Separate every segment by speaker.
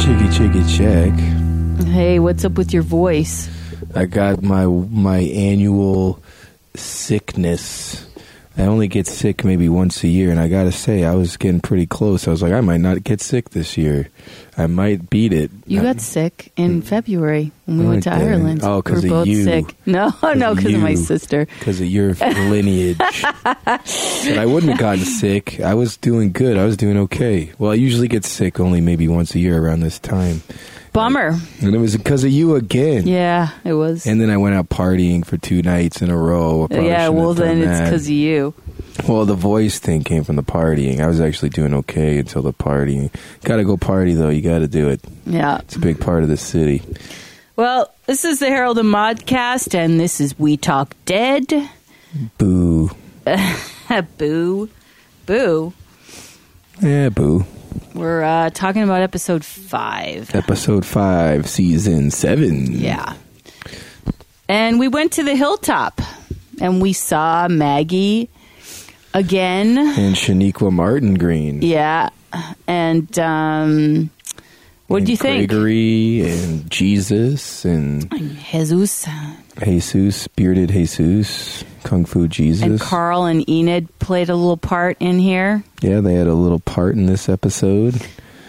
Speaker 1: Chiggy chiggy check.
Speaker 2: Hey, what's up with your voice?
Speaker 1: I got my my annual sickness. I only get sick maybe once a year, and I gotta say, I was getting pretty close. I was like, I might not get sick this year. I might beat it.
Speaker 2: You
Speaker 1: I-
Speaker 2: got sick in February when we
Speaker 1: No,
Speaker 2: went to
Speaker 1: I didn't.
Speaker 2: Ireland.
Speaker 1: Uh, Oh, 'cause
Speaker 2: we
Speaker 1: of
Speaker 2: were both
Speaker 1: you.
Speaker 2: sick. No, no, because of my
Speaker 1: you.
Speaker 2: sister.
Speaker 1: because of your lineage. but I wouldn't have gotten sick. I was doing good. I was doing okay. Well, I usually get sick only maybe once a year around this time,
Speaker 2: Bummer.
Speaker 1: and it was because of you again.
Speaker 2: Yeah, it was. Uh,
Speaker 1: And then I went out partying for two nights in a row. I probably
Speaker 2: yeah,
Speaker 1: shouldn't
Speaker 2: well,
Speaker 1: have done
Speaker 2: then it's
Speaker 1: that.
Speaker 2: because of you.
Speaker 1: Well, the voice thing came from the partying. I was actually doing okay until the partying. Got to go party though. You got to do it.
Speaker 2: Yeah.
Speaker 1: It's a big part of the city.
Speaker 2: Well, this is the Herald and Modcast, and this is We Talk Dead.
Speaker 1: Boo.
Speaker 2: boo. Boo.
Speaker 1: Yeah, boo.
Speaker 2: We're uh, talking about episode five.
Speaker 1: Episode five, season seven.
Speaker 2: Yeah. And we went to the hilltop and we saw Maggie again.
Speaker 1: And Shaniqua Martin Green.
Speaker 2: Yeah. And um, what
Speaker 1: and
Speaker 2: do you think?
Speaker 1: Gregory and Jesus and
Speaker 2: Jesus
Speaker 1: Jesus, bearded Jesus, Kung Fu Jesus.
Speaker 2: and Carl and Enid played a little part in here.
Speaker 1: yeah, they had a little part in this episode.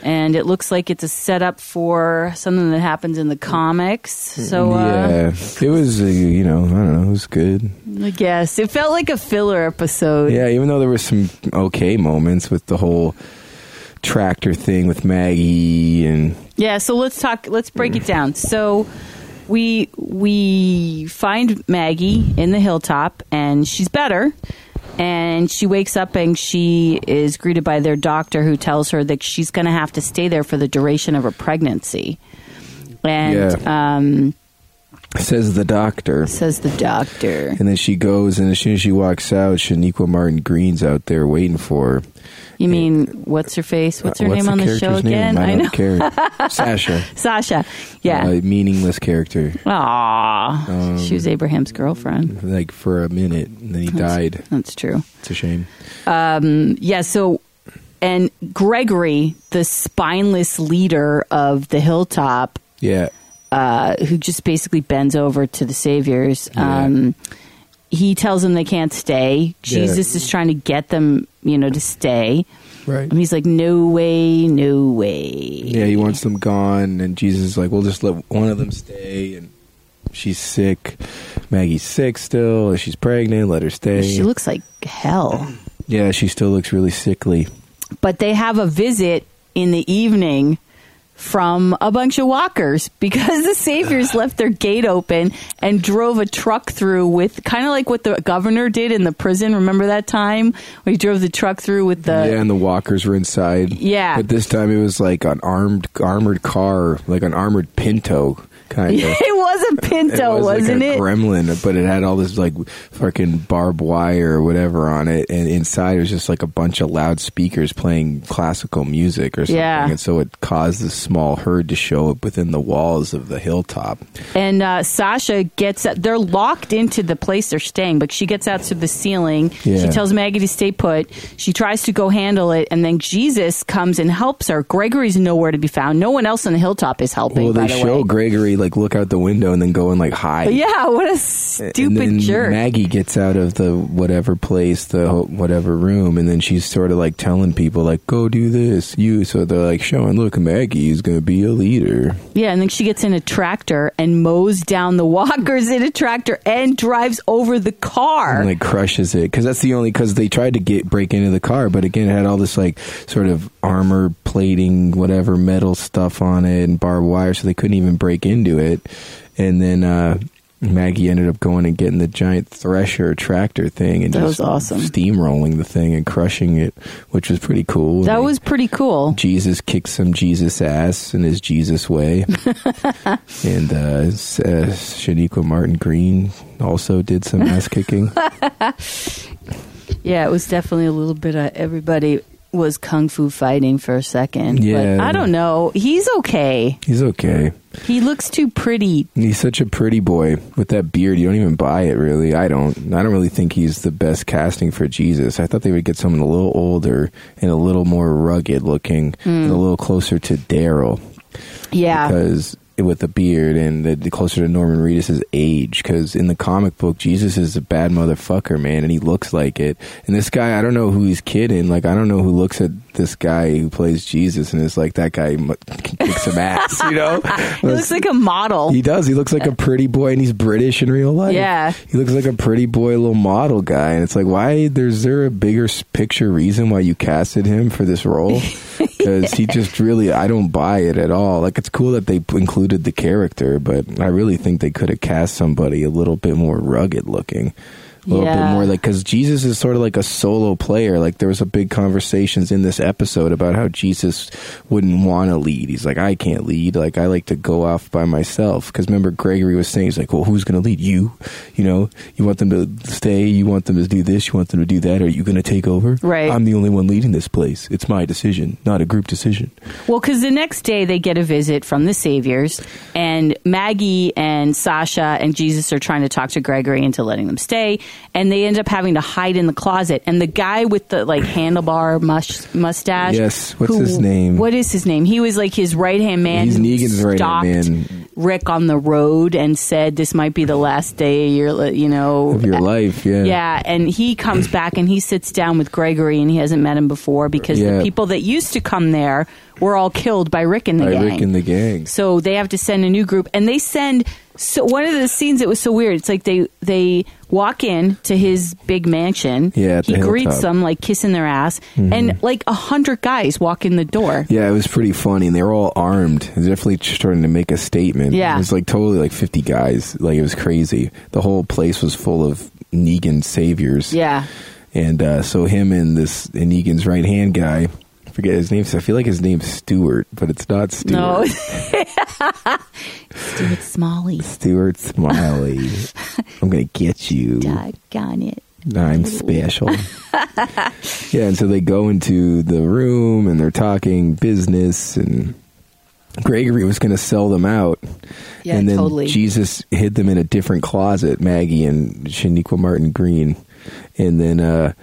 Speaker 2: And it looks like it's a setup for something that happens in the comics. So, uh,
Speaker 1: yeah, it was uh, you know I don't know, it was good.
Speaker 2: I guess it felt like a filler episode.
Speaker 1: Yeah, even though there were some okay moments with the whole tractor thing with Maggie and
Speaker 2: Yeah, so let's talk let's break it down. So we we find Maggie in the hilltop and she's better and she wakes up and she is greeted by their doctor who tells her that she's going to have to stay there for the duration of her pregnancy. And um
Speaker 1: says the doctor.
Speaker 2: says the doctor.
Speaker 1: And then she goes, and as soon as she walks out, Shaniqua Martin Green's out there waiting for her.
Speaker 2: You mean what's her face? What's her
Speaker 1: What's
Speaker 2: name
Speaker 1: the
Speaker 2: on the show
Speaker 1: character's
Speaker 2: again?
Speaker 1: Name? I,
Speaker 2: know.
Speaker 1: don't care. Sasha.
Speaker 2: Sasha. Yeah.
Speaker 1: Uh, meaningless character,
Speaker 2: Aww. she
Speaker 1: Um,
Speaker 2: was Abraham's girlfriend.
Speaker 1: like for a minute, and then he died.
Speaker 2: That's true.
Speaker 1: It's a shame.
Speaker 2: Yeah, so and Gregory, the spineless leader of the hilltop,
Speaker 1: Yeah.
Speaker 2: uh, who just basically bends over to the saviors, um, he tells them they can't stay. Jesus is trying to get them, you know, to stay.
Speaker 1: Right.
Speaker 2: And he's like, No way, no way.
Speaker 1: Yeah, he wants them gone, and Jesus is like, "We'll just let one of them stay." And she's sick. Maggie's sick still, and she's pregnant. Let her stay.
Speaker 2: She looks like hell.
Speaker 1: yeah, she still looks really sickly.
Speaker 2: But they have a visit in the evening from a bunch of walkers because the saviors left their gate open and drove a truck through with kind of like what the governor did in the prison remember that time where he drove the truck through with the
Speaker 1: yeah, and the walkers were inside.
Speaker 2: Uh, Yeah.
Speaker 1: but this time it was like an armed, armored car, like an armored Pinto kind of.
Speaker 2: it was a pinto
Speaker 1: it was
Speaker 2: wasn't
Speaker 1: like a
Speaker 2: it
Speaker 1: gremlin, but it had all this like fucking barbed wire or whatever on it, and inside it was just like a bunch of loudspeakers playing classical music or something.
Speaker 2: Yeah.
Speaker 1: And so it caused this small herd to show up within the walls of the hilltop.
Speaker 2: and uh, sasha gets out they're locked into the place they're staying but she gets out to the ceiling she
Speaker 1: Yeah.
Speaker 2: tells maggie to stay put she tries to go handle it and then jesus comes and helps her gregory's nowhere to be found no one else on the hilltop is helping
Speaker 1: Well,
Speaker 2: by
Speaker 1: they
Speaker 2: the
Speaker 1: show
Speaker 2: way.
Speaker 1: Gregory like look out the window and then go and like hide.
Speaker 2: Yeah, what a
Speaker 1: and
Speaker 2: stupid
Speaker 1: then
Speaker 2: jerk.
Speaker 1: Maggie gets out of the whatever place, the ho- whatever room, and then she's sort of like telling people like, "Go do this, you." So they're like showing, "Look, Maggie is going to be a leader."
Speaker 2: yeah, and then she gets in a tractor and mows down the walkers in a tractor and drives over the car.
Speaker 1: and like crushes it because that's the only because they tried to get break into the car but again it had all this like sort of armor plating whatever metal stuff on it and barbed wire so they couldn't even break into it and then uh Maggie ended up going and getting the giant thresher tractor thing and
Speaker 2: That
Speaker 1: just
Speaker 2: was awesome.
Speaker 1: steamrolling the thing and crushing it, which was pretty cool.
Speaker 2: that
Speaker 1: And
Speaker 2: was pretty cool.
Speaker 1: Jesus kicked some Jesus ass in his Jesus way, and uh, S- uh, Shaniqua Martin Green also did some ass kicking.
Speaker 2: Yeah, it was definitely a little bit of everybody was kung fu fighting for a second.
Speaker 1: Yeah.
Speaker 2: But I don't know. He's okay.
Speaker 1: He's okay.
Speaker 2: He looks too pretty.
Speaker 1: He's such a pretty boy with that beard. You don't even buy it, really. I don't. I don't really think he's the best casting for Jesus. I thought they would get someone a little older and a little more rugged looking and a little closer to Daryl.
Speaker 2: Yeah.
Speaker 1: because with the beard and the, the closer to Norman Reedus' age, because in the comic book, Jesus is a bad motherfucker, man, and he looks like it. And this guy, I don't know who he's kidding. Like, I don't know who looks at this guy who plays Jesus and is like, that guy mu- can kick some ass, you know?
Speaker 2: He looks like a model.
Speaker 1: He does. He looks like a pretty boy, and he's British in real life.
Speaker 2: Yeah.
Speaker 1: he looks like a pretty boy, little model guy, and it's like, why? There's there a bigger s- picture reason why you casted him for this role? Because he just really, I don't buy it at all. Like, it's cool that they p- included the character, but I really think they could have cast somebody a little bit more rugged looking. A little
Speaker 2: Yeah.
Speaker 1: bit more like because Jesus is sort of like a solo player. Like there was a big conversations in this episode about how Jesus wouldn't want to lead. He's like, I can't lead. Like I like to go off by myself. Because remember, Gregory was saying, he's like, well, who's going to lead you? You know, you want them to stay. You want them to do this. You want them to do that. Are you going to take over?
Speaker 2: Right.
Speaker 1: I'm the only one leading this place. It's my decision, not a group decision.
Speaker 2: Well, because the next day they get a visit from the Saviors, and Maggie and Sasha and Jesus are trying to talk to Gregory into letting them stay, and they end up having to hide in the closet. And the guy with the like handlebar mush, mustache,
Speaker 1: Yes, what's his name?
Speaker 2: What is his name? He was like his right hand man.
Speaker 1: He's
Speaker 2: who
Speaker 1: Negan's right-hand
Speaker 2: stopped
Speaker 1: man.
Speaker 2: Rick on the road and said, "This might be the last day of your, li- you know,
Speaker 1: Of your life, yeah.
Speaker 2: yeah, and he comes back and he sits down with Gregory, and he hasn't met him before because the
Speaker 1: Yeah.
Speaker 2: people that used to come there were all killed by Rick and the
Speaker 1: By
Speaker 2: gang.
Speaker 1: Rick and the gang.
Speaker 2: so they have to send a new group, and they send. So one of the scenes that was so weird, it's like they they walk in to his big mansion.
Speaker 1: Yeah, at
Speaker 2: he
Speaker 1: the
Speaker 2: greets
Speaker 1: hilltop. Mm-hmm.
Speaker 2: them like kissing their ass, and like a hundred guys walk in the door.
Speaker 1: Yeah, it was pretty funny, and they were all armed. They were definitely starting to make a statement.
Speaker 2: Yeah.
Speaker 1: it was like totally like fifty guys. Like it was crazy. The whole place was full of Negan saviors.
Speaker 2: Yeah,
Speaker 1: and uh, so him and this and Negan's right hand guy. I forget his name. So I feel like his name's Stewart, but it's not Stewart.
Speaker 2: no, Stuart Smalley,
Speaker 1: Stewart Smiley. I'm gonna get you.
Speaker 2: doggone it.
Speaker 1: I'm special. yeah, and so they go into the room and they're talking business and Gregory was going to sell them out.
Speaker 2: Yeah,
Speaker 1: and then
Speaker 2: totally.
Speaker 1: Jesus hid them in a different closet, Maggie and Shaniqua Martin Green. And then uh,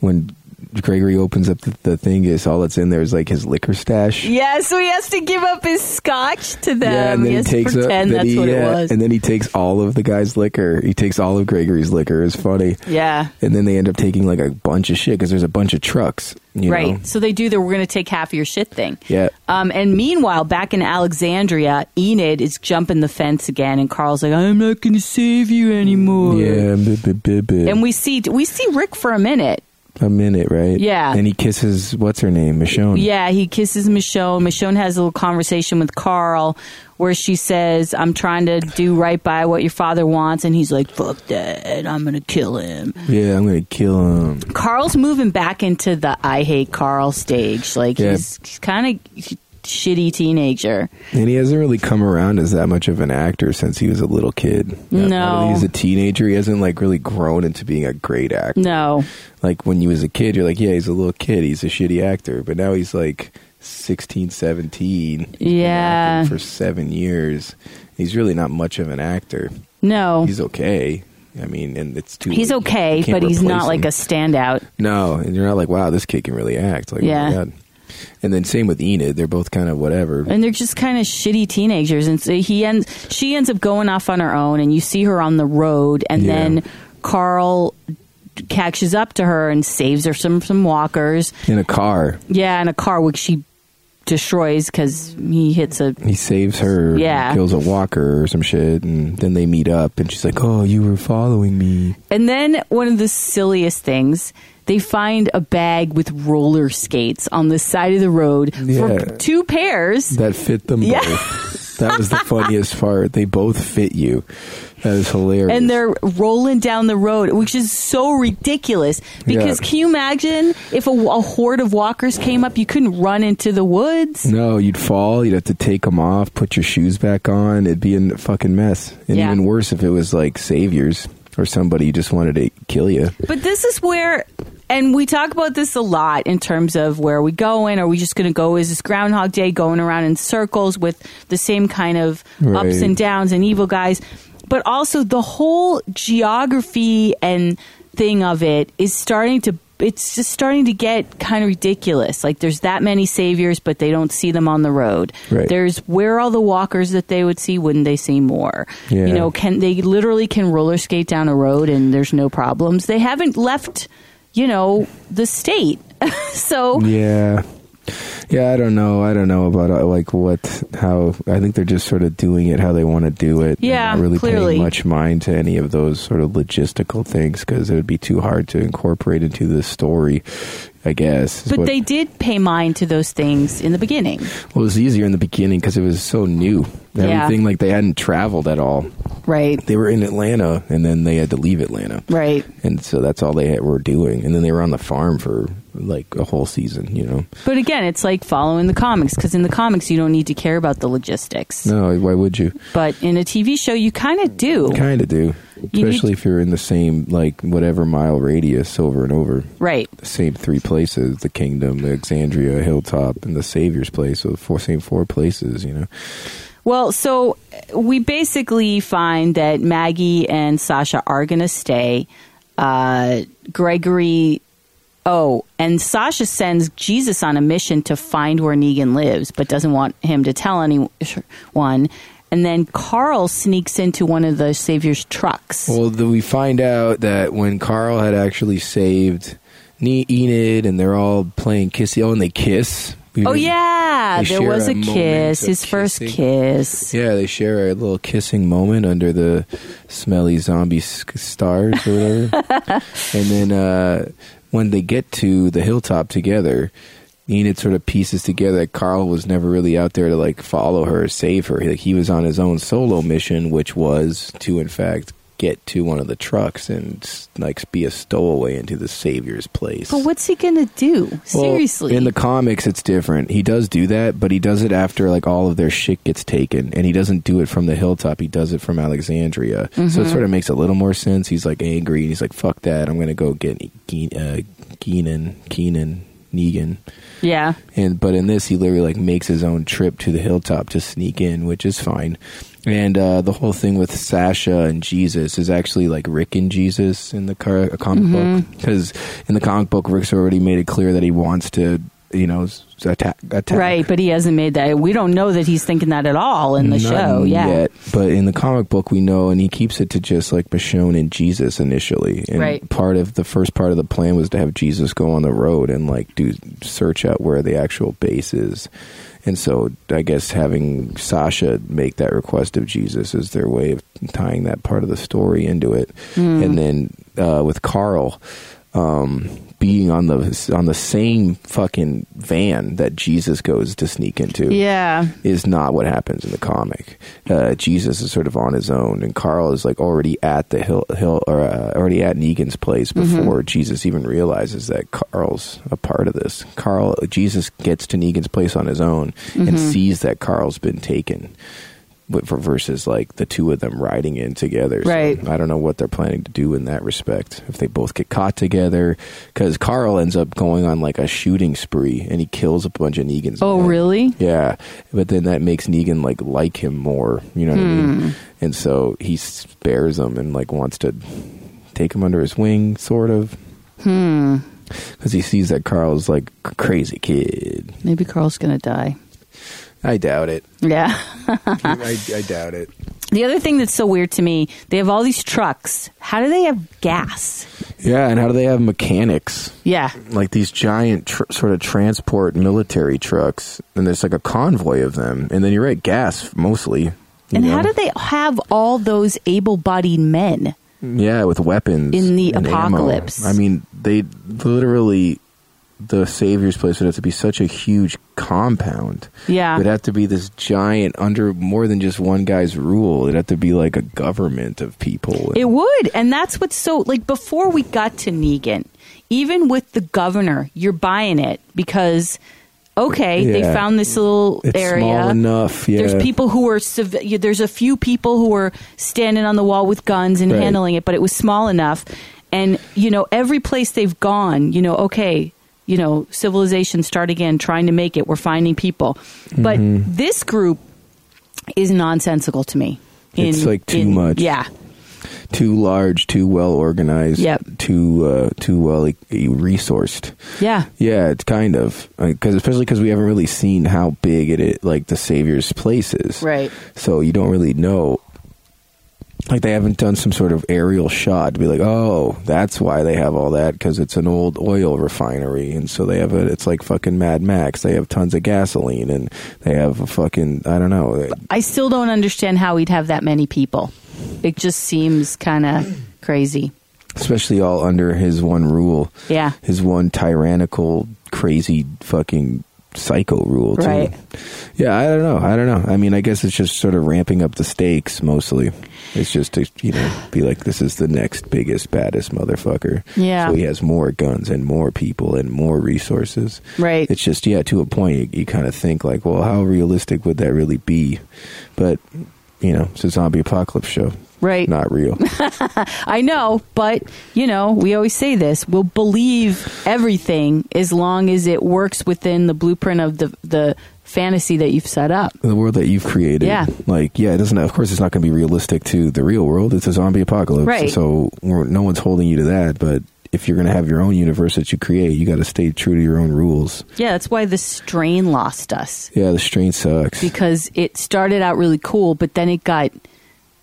Speaker 1: when Gregory opens up the, the thing, is all that's in there is like his liquor stash.
Speaker 2: Yeah, so he has to give up his scotch to them.
Speaker 1: Yeah, and then
Speaker 2: he
Speaker 1: he
Speaker 2: has
Speaker 1: takes
Speaker 2: to
Speaker 1: up,
Speaker 2: pretend
Speaker 1: then
Speaker 2: that's
Speaker 1: he,
Speaker 2: what it
Speaker 1: yeah,
Speaker 2: was.
Speaker 1: and then he takes all of the guy's liquor. He takes all of Gregory's liquor. It's funny.
Speaker 2: yeah.
Speaker 1: and then they end up taking like a bunch of shit because there's a bunch of trucks, you
Speaker 2: Right.
Speaker 1: know.
Speaker 2: So they do the we're going to take half of your shit thing.
Speaker 1: Yeah.
Speaker 2: Um, and meanwhile, back in Alexandria, Enid is jumping the fence again, and Carl's like, I'm not going to save you anymore.
Speaker 1: Yeah, bit, bit, bit, bit.
Speaker 2: And we see we see Rick for a minute.
Speaker 1: a minute, right?
Speaker 2: Yeah.
Speaker 1: And he kisses what's her name, Michonne.
Speaker 2: Yeah, he kisses Michonne. Michonne has a little conversation with Carl where she says, I'm trying to do right by what your father wants. And he's like, fuck that. I'm going to kill him.
Speaker 1: Yeah, I'm gonna kill him.
Speaker 2: Carl's moving back into the I hate Carl stage. Like
Speaker 1: Yeah.
Speaker 2: he's, he's kind of shitty teenager.
Speaker 1: And he hasn't really come around as that much of an actor since he was a little kid. Now- now
Speaker 2: No.
Speaker 1: that he's a teenager. He hasn't like really grown into being a great actor.
Speaker 2: No.
Speaker 1: Like when you was a kid, you're like, yeah, he's a little kid, he's a shitty actor, but now he's like 16, 17. He's been
Speaker 2: Yeah.
Speaker 1: acting for seven years. He's really not much of an actor.
Speaker 2: No. He's,
Speaker 1: he's okay. I mean, and it's too. you
Speaker 2: okay,
Speaker 1: can't
Speaker 2: but he's
Speaker 1: replace
Speaker 2: not like a
Speaker 1: him.
Speaker 2: standout.
Speaker 1: No, and you're not like, wow, this kid can really act. Like, oh my
Speaker 2: Yeah.
Speaker 1: God. And then same with Enid. They're both kind of whatever.
Speaker 2: And they're just kind of shitty teenagers. And so he ends, she ends up going off on her own, and you see her on the road, and
Speaker 1: Yeah.
Speaker 2: then Carl catches up to her and saves her some some walkers.
Speaker 1: In a car,
Speaker 2: Yeah, in a car which she destroys because he hits a
Speaker 1: he saves her.
Speaker 2: Yeah.
Speaker 1: kills a walker or some shit, and then they meet up, and she's like, "Oh, you were following me."
Speaker 2: And then one of the silliest things, they find a bag with roller skates on the side of the road
Speaker 1: Yeah.
Speaker 2: for two pairs.
Speaker 1: That fit them
Speaker 2: Yeah.
Speaker 1: both. that was the funniest part. They both fit you. That is hilarious.
Speaker 2: And they're rolling down the road, which is so ridiculous. Because
Speaker 1: Yeah.
Speaker 2: can you imagine if a, a horde of walkers came up, you couldn't run into the woods?
Speaker 1: No, you'd fall. You'd have to take them off, put your shoes back on. It'd be a fucking mess. And
Speaker 2: Yeah.
Speaker 1: even worse if it was like saviors or somebody who just wanted to kill you.
Speaker 2: But this is where, and we talk about this a lot in terms of where are we going? Are we just going to go? Is this Groundhog Day going around in circles with the same kind of ups
Speaker 1: Right.
Speaker 2: and downs and evil guys? But also the whole geography and thing of it is starting to it's just starting to get kind of ridiculous. Like there's that many saviors, but they don't see them on the road.
Speaker 1: Right.
Speaker 2: There's where are all the walkers that they would see? Wouldn't they see more?
Speaker 1: Yeah.
Speaker 2: You know, can they literally can roller skate down a road and there's no problems? They haven't left, you know, the state. so
Speaker 1: Yeah. Yeah, I don't know. I don't know about uh, like what how I think they're just sort of doing it how they want to do it. They're
Speaker 2: Yeah,
Speaker 1: not really
Speaker 2: clearly.
Speaker 1: paying much mind to any of those sort of logistical things because it would be too hard to incorporate into the story. I guess. is
Speaker 2: but
Speaker 1: what-
Speaker 2: they did pay mind to those things in the beginning.
Speaker 1: well, it was easier in the beginning because it was so new.
Speaker 2: Yeah.
Speaker 1: Everything like they hadn't traveled at all.
Speaker 2: Right.
Speaker 1: They were in Atlanta and then they had to leave Atlanta.
Speaker 2: Right.
Speaker 1: And so that's all they had, were doing. And then they were on the farm for like a whole season, you know.
Speaker 2: But again, it's like following the comics because in the comics you don't need to care about the logistics.
Speaker 1: No, why would you?
Speaker 2: But in a TV show, you kind of do.
Speaker 1: Kind of do,
Speaker 2: You need-
Speaker 1: especially if you're in the same like whatever mile radius over and over,
Speaker 2: Right.
Speaker 1: the same three places: the Kingdom, Alexandria, Hilltop, and the Savior's Place. So the four same four places, you know.
Speaker 2: Well, so uh, we basically find that Maggie and Sasha are going to stay. Uh, Gregory, oh, and Sasha sends Jesus on a mission to find where Negan lives, but doesn't want him to tell anyone. And then Carl sneaks into one of the Savior's trucks.
Speaker 1: Well, the, we find out that when Carl had actually saved Ne- Enid, and they're all playing kissy. Oh, and they kiss. We
Speaker 2: oh,
Speaker 1: were-
Speaker 2: yeah,
Speaker 1: They
Speaker 2: there
Speaker 1: share
Speaker 2: was
Speaker 1: a
Speaker 2: a
Speaker 1: moment
Speaker 2: kiss,
Speaker 1: of
Speaker 2: his first
Speaker 1: kissing.
Speaker 2: kiss.
Speaker 1: Yeah, they share a little kissing moment under the smelly zombie s- stars or whatever. and then uh, when they get to the hilltop together, Enid sort of pieces together that Carl was never really out there to like follow her or save her. Like he was on his own solo mission, which was to in fact get to one of the trucks and like be a stowaway into the savior's place.
Speaker 2: But what's he going to do?
Speaker 1: Well,
Speaker 2: Seriously.
Speaker 1: in the comics, it's different. He does do that, but he does it after like all of their shit gets taken, and he doesn't do it from the hilltop. He does it from Alexandria, so it sort of makes a little more sense. He's like angry, and he's like, "Fuck that! I'm gonna go get Ke- uh, Keenan, Keenan, Negan."
Speaker 2: yeah.
Speaker 1: And but in this, he literally like makes his own trip to the hilltop to sneak in, which is fine. And uh, the whole thing with Sasha and Jesus is actually like Rick and Jesus in the car- comic book because in the comic book, Rick's already made it clear that he wants to, you know, s- attack. attack
Speaker 2: Right, but he hasn't made that. We don't know that he's thinking that at all in the
Speaker 1: Not
Speaker 2: show. Yeah.
Speaker 1: yet, but in the comic book we know, and he keeps it to just like Michonne and Jesus initially. And
Speaker 2: Right.
Speaker 1: part of the first part of the plan was to have Jesus go on the road and like do search out where the actual base is. And so I guess having Sasha make that request of Jesus is their way of tying that part of the story into it.
Speaker 2: Hmm.
Speaker 1: And then uh, with Carl, um, being on the on the same fucking van that Jesus goes to sneak into
Speaker 2: Yeah.
Speaker 1: is not what happens in the comic. Uh, Jesus is sort of on his own, and Carl is like already at the hill, hill or uh, already at Negan's place before Jesus even realizes that Carl's a part of this. Carl, Jesus gets to Negan's place on his own and sees that Carl's been taken. But for versus like the two of them riding in together, So
Speaker 2: Right.
Speaker 1: I don't know what they're planning to do in that respect. If they both get caught together, because Carl ends up going on like a shooting spree and he kills a bunch of Negan's.
Speaker 2: Oh,
Speaker 1: men.
Speaker 2: really?
Speaker 1: Yeah, but then that makes Negan like like him more. You know what I
Speaker 2: Hmm.
Speaker 1: mean? And so he spares him and like wants to take him under his wing, sort of,
Speaker 2: Hmm.
Speaker 1: because he sees that Carl's like c- crazy kid.
Speaker 2: Maybe Carl's going to die.
Speaker 1: I doubt it.
Speaker 2: Yeah.
Speaker 1: I, I doubt it.
Speaker 2: The other thing that's so weird to me, they have all these trucks. How do they have gas?
Speaker 1: Yeah, and how do they have mechanics?
Speaker 2: Yeah.
Speaker 1: like these giant tr- sort of transport military trucks, and there's like a convoy of them. And then you're right, gas mostly. you
Speaker 2: And how
Speaker 1: know?
Speaker 2: do they have all those able-bodied men?
Speaker 1: Yeah, with weapons
Speaker 2: In the
Speaker 1: and ammo.
Speaker 2: apocalypse.
Speaker 1: I mean, they literally the Savior's place would have to be such a huge compound.
Speaker 2: Yeah.
Speaker 1: It'd have to be this giant under more than just one guy's rule. It'd have to be like a government of people.
Speaker 2: It would. And that's what's so like before we got to Negan, even with the governor, you're buying it because okay, they
Speaker 1: Yeah.
Speaker 2: found this little
Speaker 1: it's
Speaker 2: area.
Speaker 1: small enough. Yeah.
Speaker 2: There's people who are civ- yeah, there's a few people who are standing on the wall with guns and
Speaker 1: Right.
Speaker 2: handling it, but it was small enough. And you know, every place they've gone, you know, okay, you know, civilization start again, trying to make it. We're finding people, but
Speaker 1: Mm-hmm.
Speaker 2: this group is nonsensical to me.
Speaker 1: It's, like, too much.
Speaker 2: Yeah,
Speaker 1: too large, too well organized,
Speaker 2: Yep.
Speaker 1: too uh, too well like, resourced.
Speaker 2: Yeah.
Speaker 1: Yeah, it's kind of because especially because we haven't really seen how big it is, like the Savior's place is.
Speaker 2: Right.
Speaker 1: So you don't really know. Like they haven't done some sort of aerial shot to be like, oh, that's why they have all that because it's an old oil refinery, and so they have a. It's like fucking Mad Max. They have tons of gasoline, and they have a fucking I don't know.
Speaker 2: I still don't understand how he'd have that many people. It just seems kind of crazy.
Speaker 1: especially all under his one rule.
Speaker 2: Yeah.
Speaker 1: His one tyrannical, crazy, fucking psycho rule. Too.
Speaker 2: Right.
Speaker 1: Yeah, I don't know. I don't know. I mean, I guess it's just sort of ramping up the stakes mostly. It's just to you know be like, this is the next biggest, baddest motherfucker.
Speaker 2: Yeah.
Speaker 1: So he has more guns and more people and more resources.
Speaker 2: Right.
Speaker 1: It's just yeah, to a point, you, you kind of think like, well, how realistic would that really be? But you know, it's a zombie apocalypse show.
Speaker 2: Right.
Speaker 1: Not real.
Speaker 2: I know, but you know, we always say this: we'll believe everything as long as it works within the blueprint of the the fantasy that you've set up.
Speaker 1: the world that you've created.
Speaker 2: Yeah.
Speaker 1: Like, yeah, it doesn't. Of course, it's not going to be realistic to the real world. It's a zombie apocalypse,
Speaker 2: Right.
Speaker 1: So we're, no one's holding you to that. But if you're going to have your own universe that you create, you got to stay true to your own rules.
Speaker 2: Yeah, that's why the strain lost us
Speaker 1: Yeah, the strain sucks.
Speaker 2: because it started out really cool, but then it got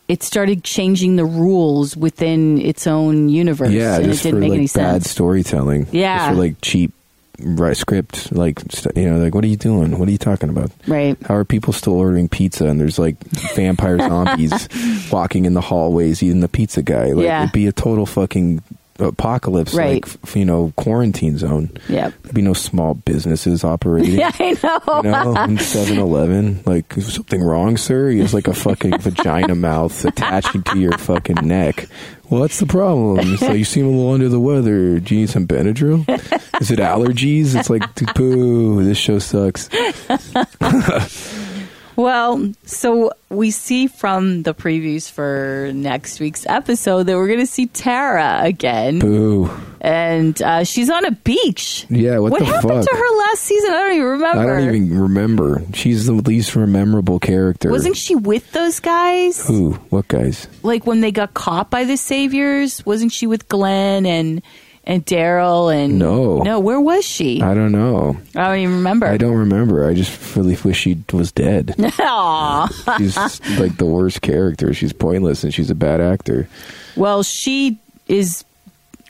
Speaker 2: it started changing the rules within its own universe.
Speaker 1: yeah,
Speaker 2: and
Speaker 1: just
Speaker 2: it didn't
Speaker 1: for
Speaker 2: make
Speaker 1: like
Speaker 2: any
Speaker 1: bad
Speaker 2: sense.
Speaker 1: storytelling.
Speaker 2: Yeah.
Speaker 1: just for like cheap right, script. Like, st- you know, like what are you doing? What are you talking about?
Speaker 2: Right.
Speaker 1: How are people still ordering pizza and there's like vampire zombies walking in the hallways eating the pizza guy? Like,
Speaker 2: Yeah.
Speaker 1: it'd be a total fucking apocalypse,
Speaker 2: Right.
Speaker 1: like, f- you know, quarantine zone.
Speaker 2: Yep.
Speaker 1: There'd be no small businesses operating.
Speaker 2: Yeah, I know.
Speaker 1: You know, 7 Eleven, like, is something wrong, sir? He has like a fucking vagina mouth attaching to your fucking neck. Well, what's the problem? So you seem a little under the weather. Do you need some Benadryl? Is it allergies? It's like, boo, this show sucks.
Speaker 2: Well, so we see from the previews for next week's episode that we're going to see Tara again,
Speaker 1: Boo.
Speaker 2: and uh, she's on a beach.
Speaker 1: Yeah, what the
Speaker 2: happened
Speaker 1: fuck?
Speaker 2: to her last season? I don't even remember.
Speaker 1: I don't even remember. She's the least memorable character.
Speaker 2: Wasn't she with those guys?
Speaker 1: Who? What guys?
Speaker 2: Like when they got caught by the Saviors? Wasn't she with Glenn and and Daryl and
Speaker 1: No.
Speaker 2: no? Where was she?
Speaker 1: I
Speaker 2: I,
Speaker 1: don't know.
Speaker 2: don't even remember.
Speaker 1: I don't remember. I just really wish she was dead.
Speaker 2: Aw.
Speaker 1: she's like the worst character. She's pointless and she's a bad actor.
Speaker 2: Well, she is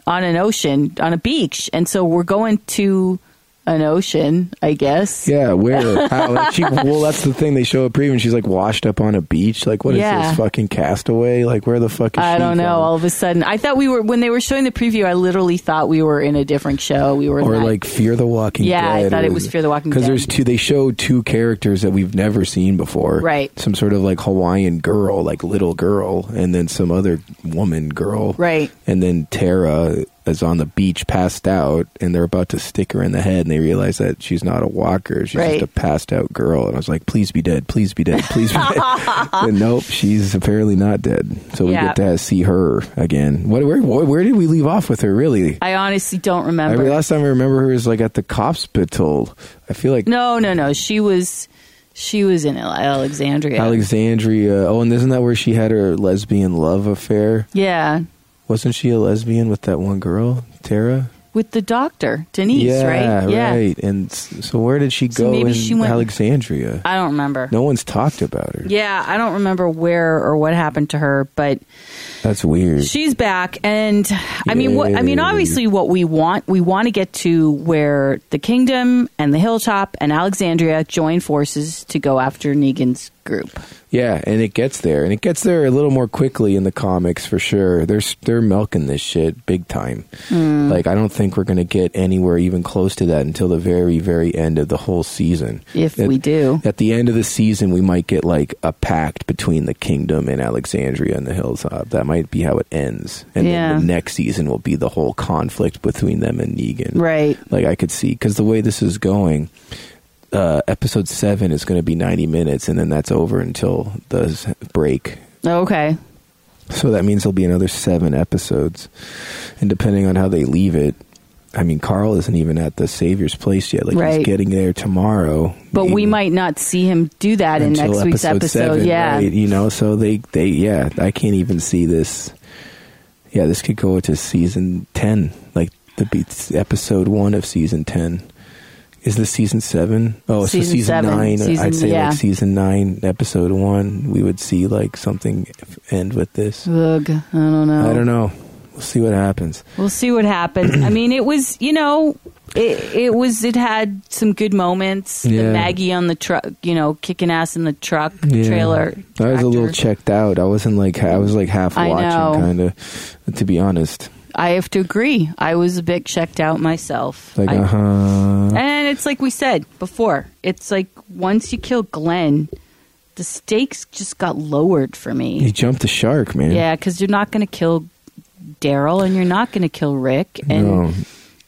Speaker 2: on an ocean, on a beach, and so we're going to an ocean, I guess.
Speaker 1: Yeah, where? How? Like she, well, that's the thing. They show a preview and she's like washed up on a beach. Like, what is
Speaker 2: Yeah.
Speaker 1: this fucking castaway? Like, where the fuck is
Speaker 2: I
Speaker 1: she?
Speaker 2: don't know.
Speaker 1: from?
Speaker 2: All of a sudden, I thought we were when they were showing the preview. I literally thought we were in a different show. We were
Speaker 1: or
Speaker 2: not-
Speaker 1: like Fear the Walking
Speaker 2: Yeah, I
Speaker 1: Dead.
Speaker 2: thought it was Fear the Walking
Speaker 1: Because
Speaker 2: Dead.
Speaker 1: there's two, they show two characters that we've never seen before.
Speaker 2: Right.
Speaker 1: Some sort of like Hawaiian girl, like little girl, and then some other woman girl.
Speaker 2: Right.
Speaker 1: And then Tara is on the beach, passed out, and they're about to stick her in the head, and they realize that she's not a walker. She's
Speaker 2: Right.
Speaker 1: just a passed out girl. And I was like, please be dead, please be dead, please be dead. and nope, she's apparently not dead. So we
Speaker 2: Yeah.
Speaker 1: get to see her again. What, where, where did we leave off with her, really?
Speaker 2: I honestly don't
Speaker 1: I
Speaker 2: remember.
Speaker 1: mean, last time I remember her was like at the hospital. I feel like
Speaker 2: no, no, no. She was she was in Alexandria.
Speaker 1: Alexandria. Oh, and isn't that where she had her lesbian love affair?
Speaker 2: yeah,
Speaker 1: Wasn't she a lesbian with that one girl, Tara?
Speaker 2: with the doctor Denise,
Speaker 1: yeah,
Speaker 2: right? Yeah,
Speaker 1: right. And s- so, where did she
Speaker 2: So
Speaker 1: go
Speaker 2: maybe
Speaker 1: in
Speaker 2: she went-
Speaker 1: Alexandria?
Speaker 2: I don't remember.
Speaker 1: No one's talked about her.
Speaker 2: Yeah, I don't remember where or what happened to her, but
Speaker 1: That's weird.
Speaker 2: She's back, and I mean, what, I mean,
Speaker 1: Yay.
Speaker 2: obviously, what we want, we want to get to where the kingdom and the hilltop and Alexandria join forces to go after Negan's group.
Speaker 1: Yeah, and it gets there, and it gets there a little more quickly in the comics for sure. They're they're milking this shit big time.
Speaker 2: Hmm.
Speaker 1: Like I don't think we're gonna get anywhere even close to that until the very very end of the whole season.
Speaker 2: If we do.
Speaker 1: at the end of the season, we might get like a pact between the kingdom and Alexandria and the hilltop. That might be how it ends, and
Speaker 2: Yeah.
Speaker 1: then the next season will be the whole conflict between them and Negan.
Speaker 2: Right.
Speaker 1: Like I could see because the way this is going, uh, episode seven is going to be ninety minutes, and then that's over until the s- break.
Speaker 2: Okay.
Speaker 1: So that means there'll be another seven episodes, and depending on how they leave it, I mean, Carl isn't even at the Savior's place yet. Like
Speaker 2: Right.
Speaker 1: he's getting there tomorrow.
Speaker 2: But we
Speaker 1: maybe,
Speaker 2: might not see him do that in
Speaker 1: until
Speaker 2: next week's episode.
Speaker 1: seven,
Speaker 2: yeah.
Speaker 1: right? you know. So they they yeah, I can't even see this. Yeah, this could go into season ten, like the beats episode one of season ten. Is this season seven? Oh, so
Speaker 2: Season
Speaker 1: season
Speaker 2: seven.
Speaker 1: nine.
Speaker 2: Season-
Speaker 1: I'd say
Speaker 2: yeah.
Speaker 1: like season nine, episode one. We would see like something f- end with this.
Speaker 2: Ugh, I don't know.
Speaker 1: I don't know. We'll see what happens.
Speaker 2: We'll see what happens. I mean, it was you know, it it was it had some good moments.
Speaker 1: Yeah.
Speaker 2: The Maggie on the truck, you know, kicking ass in the truck
Speaker 1: Yeah.
Speaker 2: trailer.
Speaker 1: I was a little
Speaker 2: tractor.
Speaker 1: checked out. I wasn't like I was like half
Speaker 2: I know.
Speaker 1: watching, kind of. To be honest,
Speaker 2: I have to agree. I was a bit checked out myself.
Speaker 1: like
Speaker 2: I-
Speaker 1: uh huh.
Speaker 2: And it's like we said before. It's like once you kill Glenn, the stakes just got lowered for
Speaker 1: He
Speaker 2: me.
Speaker 1: jumped the shark, man.
Speaker 2: Yeah, because you're not going to kill Daryl, and you're not going to kill Rick, and
Speaker 1: No.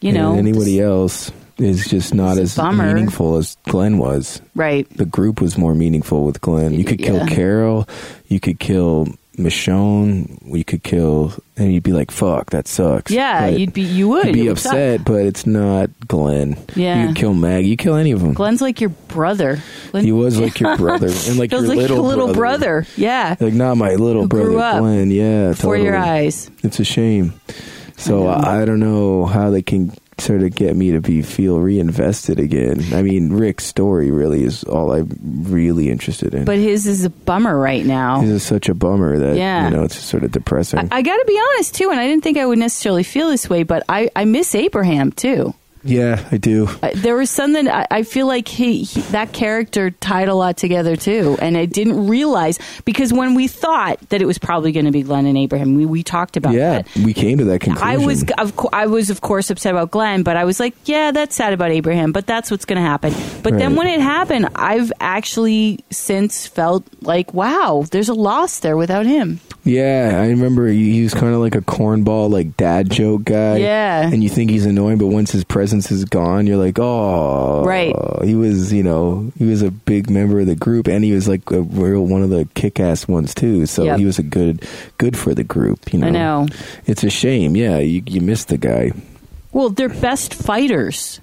Speaker 2: you know
Speaker 1: and anybody
Speaker 2: this-
Speaker 1: else is just not
Speaker 2: It's
Speaker 1: as
Speaker 2: a bummer.
Speaker 1: meaningful as Glenn was.
Speaker 2: right?
Speaker 1: The group was more meaningful with Glenn. You could kill
Speaker 2: Yeah.
Speaker 1: Carol, you could kill Michonne, you could kill, and you'd be like, "Fuck, that sucks."
Speaker 2: Yeah,
Speaker 1: But
Speaker 2: you'd be you would
Speaker 1: you'd
Speaker 2: It
Speaker 1: be
Speaker 2: would suck.
Speaker 1: upset, but it's not Glenn.
Speaker 2: Yeah.
Speaker 1: you could kill Mag, you kill any of them.
Speaker 2: Glenn's like your brother. Glenn
Speaker 1: He was like your brother, and like
Speaker 2: feels
Speaker 1: your
Speaker 2: like
Speaker 1: little,
Speaker 2: your little brother. Yeah,
Speaker 1: Like not my little
Speaker 2: Who
Speaker 1: brother
Speaker 2: grew up
Speaker 1: Glenn. Yeah,
Speaker 2: before
Speaker 1: totally.
Speaker 2: your eyes.
Speaker 1: It's a shame. So
Speaker 2: I know.
Speaker 1: I, I don't know how they can sort of get me to be feel reinvested again. I mean, Rick's story really is all I'm really interested in.
Speaker 2: But his is a bummer right now.
Speaker 1: this is such a bummer that
Speaker 2: Yeah.
Speaker 1: you know it's just sort of depressing.
Speaker 2: I, I got to be honest too, and I didn't think I would necessarily feel this way, but I, I miss Abraham too.
Speaker 1: yeah, I do.
Speaker 2: I, there was something I, I feel like he, he that character tied a lot together too, and I didn't realize because when we thought that it was probably going to be Glenn and Abraham, we we talked about
Speaker 1: Yeah,
Speaker 2: that.
Speaker 1: we came to that conclusion.
Speaker 2: I was of co- I was of course upset about Glenn, but I was like, yeah, that's sad about Abraham, but that's what's going to happen. But then
Speaker 1: Right.
Speaker 2: when it happened, I've actually since felt like, wow, there's a loss there without him.
Speaker 1: Yeah, I remember he he was kind of like a cornball, like dad joke guy.
Speaker 2: Yeah.
Speaker 1: and you think he's annoying, but once his presence is gone, you're like, oh,
Speaker 2: Right.
Speaker 1: He was, you know, he was a big member of the group, and he was like a real one of the kick-ass ones too. So
Speaker 2: Yep.
Speaker 1: he was a good, good for the group. You know,
Speaker 2: I know.
Speaker 1: It's a shame. Yeah, you you missed the guy.
Speaker 2: Well, they're best fighters.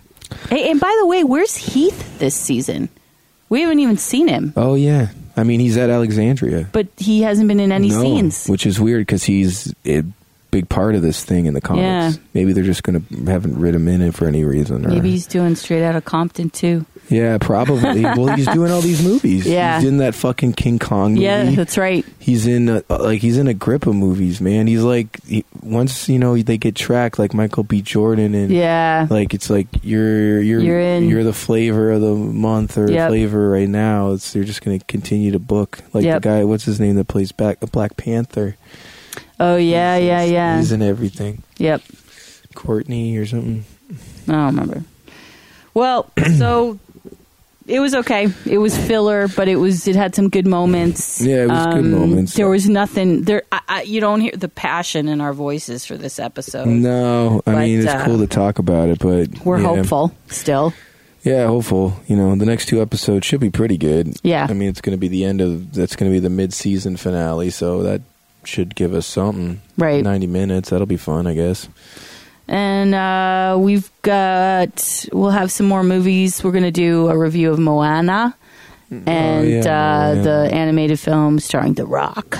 Speaker 2: Hey, and by the way, where's Heath this season? We haven't even seen him,
Speaker 1: Oh yeah, I mean he's at Alexandria.
Speaker 2: but he hasn't been in any
Speaker 1: No,
Speaker 2: scenes.
Speaker 1: which is weird because he's a big part of this thing in the comics.
Speaker 2: Yeah.
Speaker 1: Maybe they're just gonna haven't rid him in it for any reason. Or,
Speaker 2: Maybe he's doing straight out of Compton too.
Speaker 1: Yeah, probably. well, he's doing all these movies.
Speaker 2: Yeah.
Speaker 1: he's in that fucking King Kong movie.
Speaker 2: Yeah, that's right.
Speaker 1: he's in uh like he's in Agrippa movies, man. He's like he, once you know they get tracked like Michael B. Jordan and
Speaker 2: Yeah.
Speaker 1: like it's like you're you're
Speaker 2: You're in.
Speaker 1: you're the flavor of the month or
Speaker 2: Yep.
Speaker 1: flavor right now. It's they're just gonna continue to book like
Speaker 2: Yep.
Speaker 1: the guy. What's his name that plays back Black Panther?
Speaker 2: oh yeah, yeah, yeah.
Speaker 1: He's in everything.
Speaker 2: yep.
Speaker 1: Courtney or something.
Speaker 2: I don't remember. Well, so it was okay. It was filler, but it was it had some good moments. Um,
Speaker 1: Yeah, it was good moments.
Speaker 2: There was nothing there. I, I, you don't hear the passion in our voices for this episode.
Speaker 1: No, I
Speaker 2: Uh, But,
Speaker 1: mean it's
Speaker 2: uh,
Speaker 1: cool to talk about it, but
Speaker 2: We're
Speaker 1: yeah.
Speaker 2: hopeful still.
Speaker 1: Yeah, hopeful. You know, the next two episodes should be pretty good.
Speaker 2: Yeah.
Speaker 1: I mean, it's going to be the end of that's going to be the mid-season finale, so that should give us something.
Speaker 2: Right.
Speaker 1: 90 minutes, that'll be fun, I guess.
Speaker 2: And uh, we've got we'll have some more movies. We're going to do a review of Moana and
Speaker 1: Oh, yeah,
Speaker 2: uh,
Speaker 1: Moana.
Speaker 2: the animated film starring The Rock.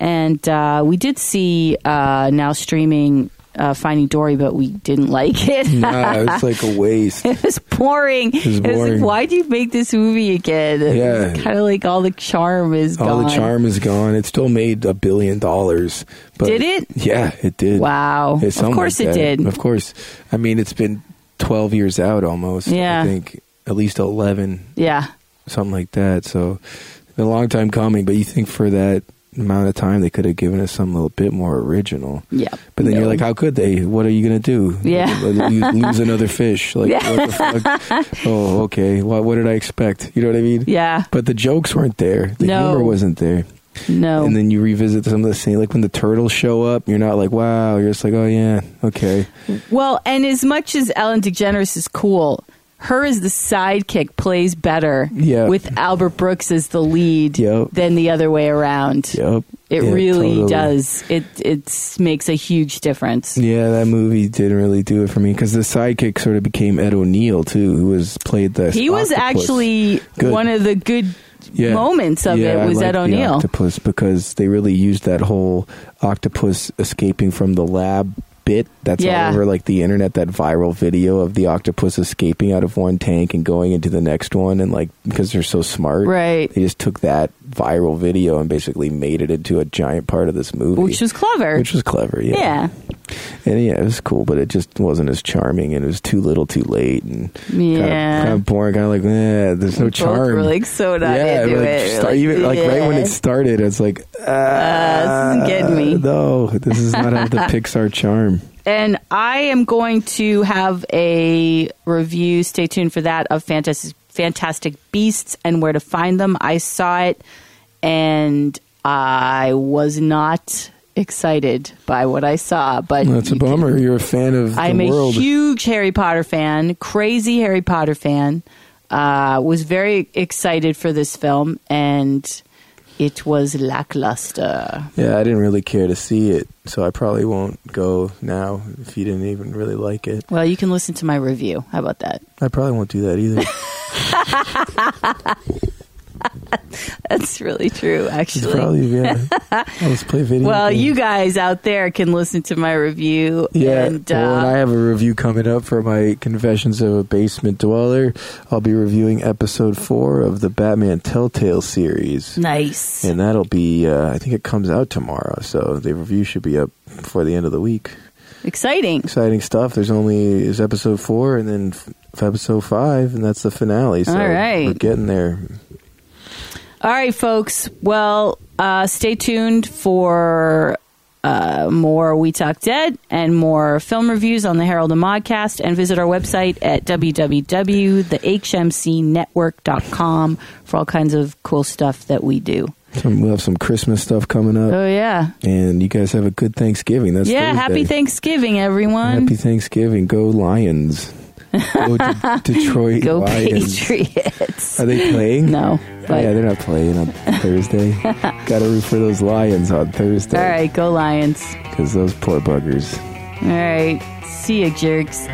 Speaker 2: And uh, we did see uh, now streaming uh, Finding Dory, but we didn't like it.
Speaker 1: Nah, it's like a waste.
Speaker 2: It was boring. It
Speaker 1: was
Speaker 2: like,
Speaker 1: boring.
Speaker 2: why do you make this movie again?
Speaker 1: Yeah.
Speaker 2: kind of like all the charm is gone.
Speaker 1: All the charm is gone. It still made a billion dollars. But
Speaker 2: Did it?
Speaker 1: Yeah, it did.
Speaker 2: Wow.
Speaker 1: It's
Speaker 2: of
Speaker 1: something
Speaker 2: course
Speaker 1: like
Speaker 2: it
Speaker 1: that.
Speaker 2: did.
Speaker 1: Of course. I mean, it's been 12 years out almost.
Speaker 2: Yeah.
Speaker 1: I think at least 11
Speaker 2: Yeah.
Speaker 1: something like that. So it's been a long time coming, but you think for that amount of time they could have given us something a little bit more original.
Speaker 2: Yeah.
Speaker 1: But then
Speaker 2: No.
Speaker 1: you're like, how could they? What are you gonna do?
Speaker 2: Yeah.
Speaker 1: lose, lose another fish? Like, what the fuck? Oh, okay. What, what did I expect? You know what I mean?
Speaker 2: Yeah.
Speaker 1: But the jokes weren't there. The
Speaker 2: No.
Speaker 1: humor wasn't there.
Speaker 2: No.
Speaker 1: And then you revisit some of the scene, like when the turtles show up. You're not like, wow. You're just like, oh yeah, okay.
Speaker 2: Well, and as much as Ellen DeGeneres is cool, her as the sidekick plays better
Speaker 1: Yeah.
Speaker 2: with Albert Brooks as the lead
Speaker 1: Yep.
Speaker 2: than the other way around.
Speaker 1: Yep.
Speaker 2: It
Speaker 1: Yeah,
Speaker 2: really
Speaker 1: totally.
Speaker 2: does. It it makes a huge difference.
Speaker 1: Yeah, that movie didn't really do it for me because the sidekick sort of became Ed O'Neill too, who was played the.
Speaker 2: he was
Speaker 1: octopus.
Speaker 2: actually
Speaker 1: Good.
Speaker 2: one of the good
Speaker 1: Yeah.
Speaker 2: moments of
Speaker 1: Yeah,
Speaker 2: it was
Speaker 1: I
Speaker 2: Ed
Speaker 1: liked the
Speaker 2: O'Neill.
Speaker 1: octopus because they really used that whole octopus escaping from the lab bit that's
Speaker 2: Yeah.
Speaker 1: all over like the internet that viral video of the octopus escaping out of one tank and going into the next one and like because they're so smart
Speaker 2: Right.
Speaker 1: they just took that viral video and basically made it into a giant part of this movie
Speaker 2: which was clever.
Speaker 1: which was clever yeah
Speaker 2: yeah.
Speaker 1: and yeah, it was cool, but it just wasn't as charming, and it was too little, too late, and
Speaker 2: Yeah.
Speaker 1: kind, of, kind of boring. Kind of like, eh, there's no
Speaker 2: We both
Speaker 1: charm.
Speaker 2: were, like, so not
Speaker 1: yeah,
Speaker 2: into
Speaker 1: like,
Speaker 2: it.
Speaker 1: start-
Speaker 2: Like,
Speaker 1: even like right when
Speaker 2: yeah.
Speaker 1: it started, it's like, ah,
Speaker 2: this isn't getting me.
Speaker 1: No, this is not of the Pixar charm.
Speaker 2: And I am going to have a review. Stay tuned for that of Fantastic Fantastic Beasts and where to find them. I saw it and I was not excited by what I saw, but
Speaker 1: That's a
Speaker 2: you can-
Speaker 1: bummer. You're a fan of the
Speaker 2: I'm
Speaker 1: world.
Speaker 2: a huge Harry Potter fan, crazy Harry Potter fan. Uh, was very excited for this film, and it was lackluster.
Speaker 1: yeah, I didn't really care to see it, so I probably won't go now. If you didn't even really like it,
Speaker 2: Well, you can listen to my review. How about that?
Speaker 1: I probably won't do that either.
Speaker 2: That's really true,
Speaker 1: It's
Speaker 2: actually.
Speaker 1: probably yeah. Let's play video.
Speaker 2: well,
Speaker 1: games.
Speaker 2: you guys out there can listen to my review.
Speaker 1: Yeah,
Speaker 2: and, uh,
Speaker 1: well, and I have a review coming up for my Confessions of a Basement Dweller. I'll be reviewing episode four of the Batman Telltale series,
Speaker 2: nice.
Speaker 1: and that'll be uh, I think it comes out tomorrow, so the review should be up before the end of the week.
Speaker 2: Exciting.
Speaker 1: Exciting stuff. There's only is episode four, and then f- episode five, and that's the finale. So
Speaker 2: All right.
Speaker 1: we're getting there.
Speaker 2: All right, folks. Well, uh, stay tuned for uh, more We Talk Dead and more film reviews on the Herald and Modcast. And visit our website at www.thehmcnetwork.com for all kinds of cool stuff that we do.
Speaker 1: Some, we'll have some Christmas stuff coming up,
Speaker 2: Oh, yeah.
Speaker 1: and you guys have a good Thanksgiving. That's
Speaker 2: yeah, happy
Speaker 1: Thursday.
Speaker 2: Thanksgiving, everyone.
Speaker 1: Happy Thanksgiving. Go Lions. Go De- Detroit
Speaker 2: Go
Speaker 1: Lions.
Speaker 2: Patriots.
Speaker 1: Are they playing?
Speaker 2: No, but-
Speaker 1: yeah, they're not playing on Thursday. Got to root for those Lions on Thursday.
Speaker 2: All right, go Lions.
Speaker 1: Because those poor buggers.
Speaker 2: All right. See you, jerks.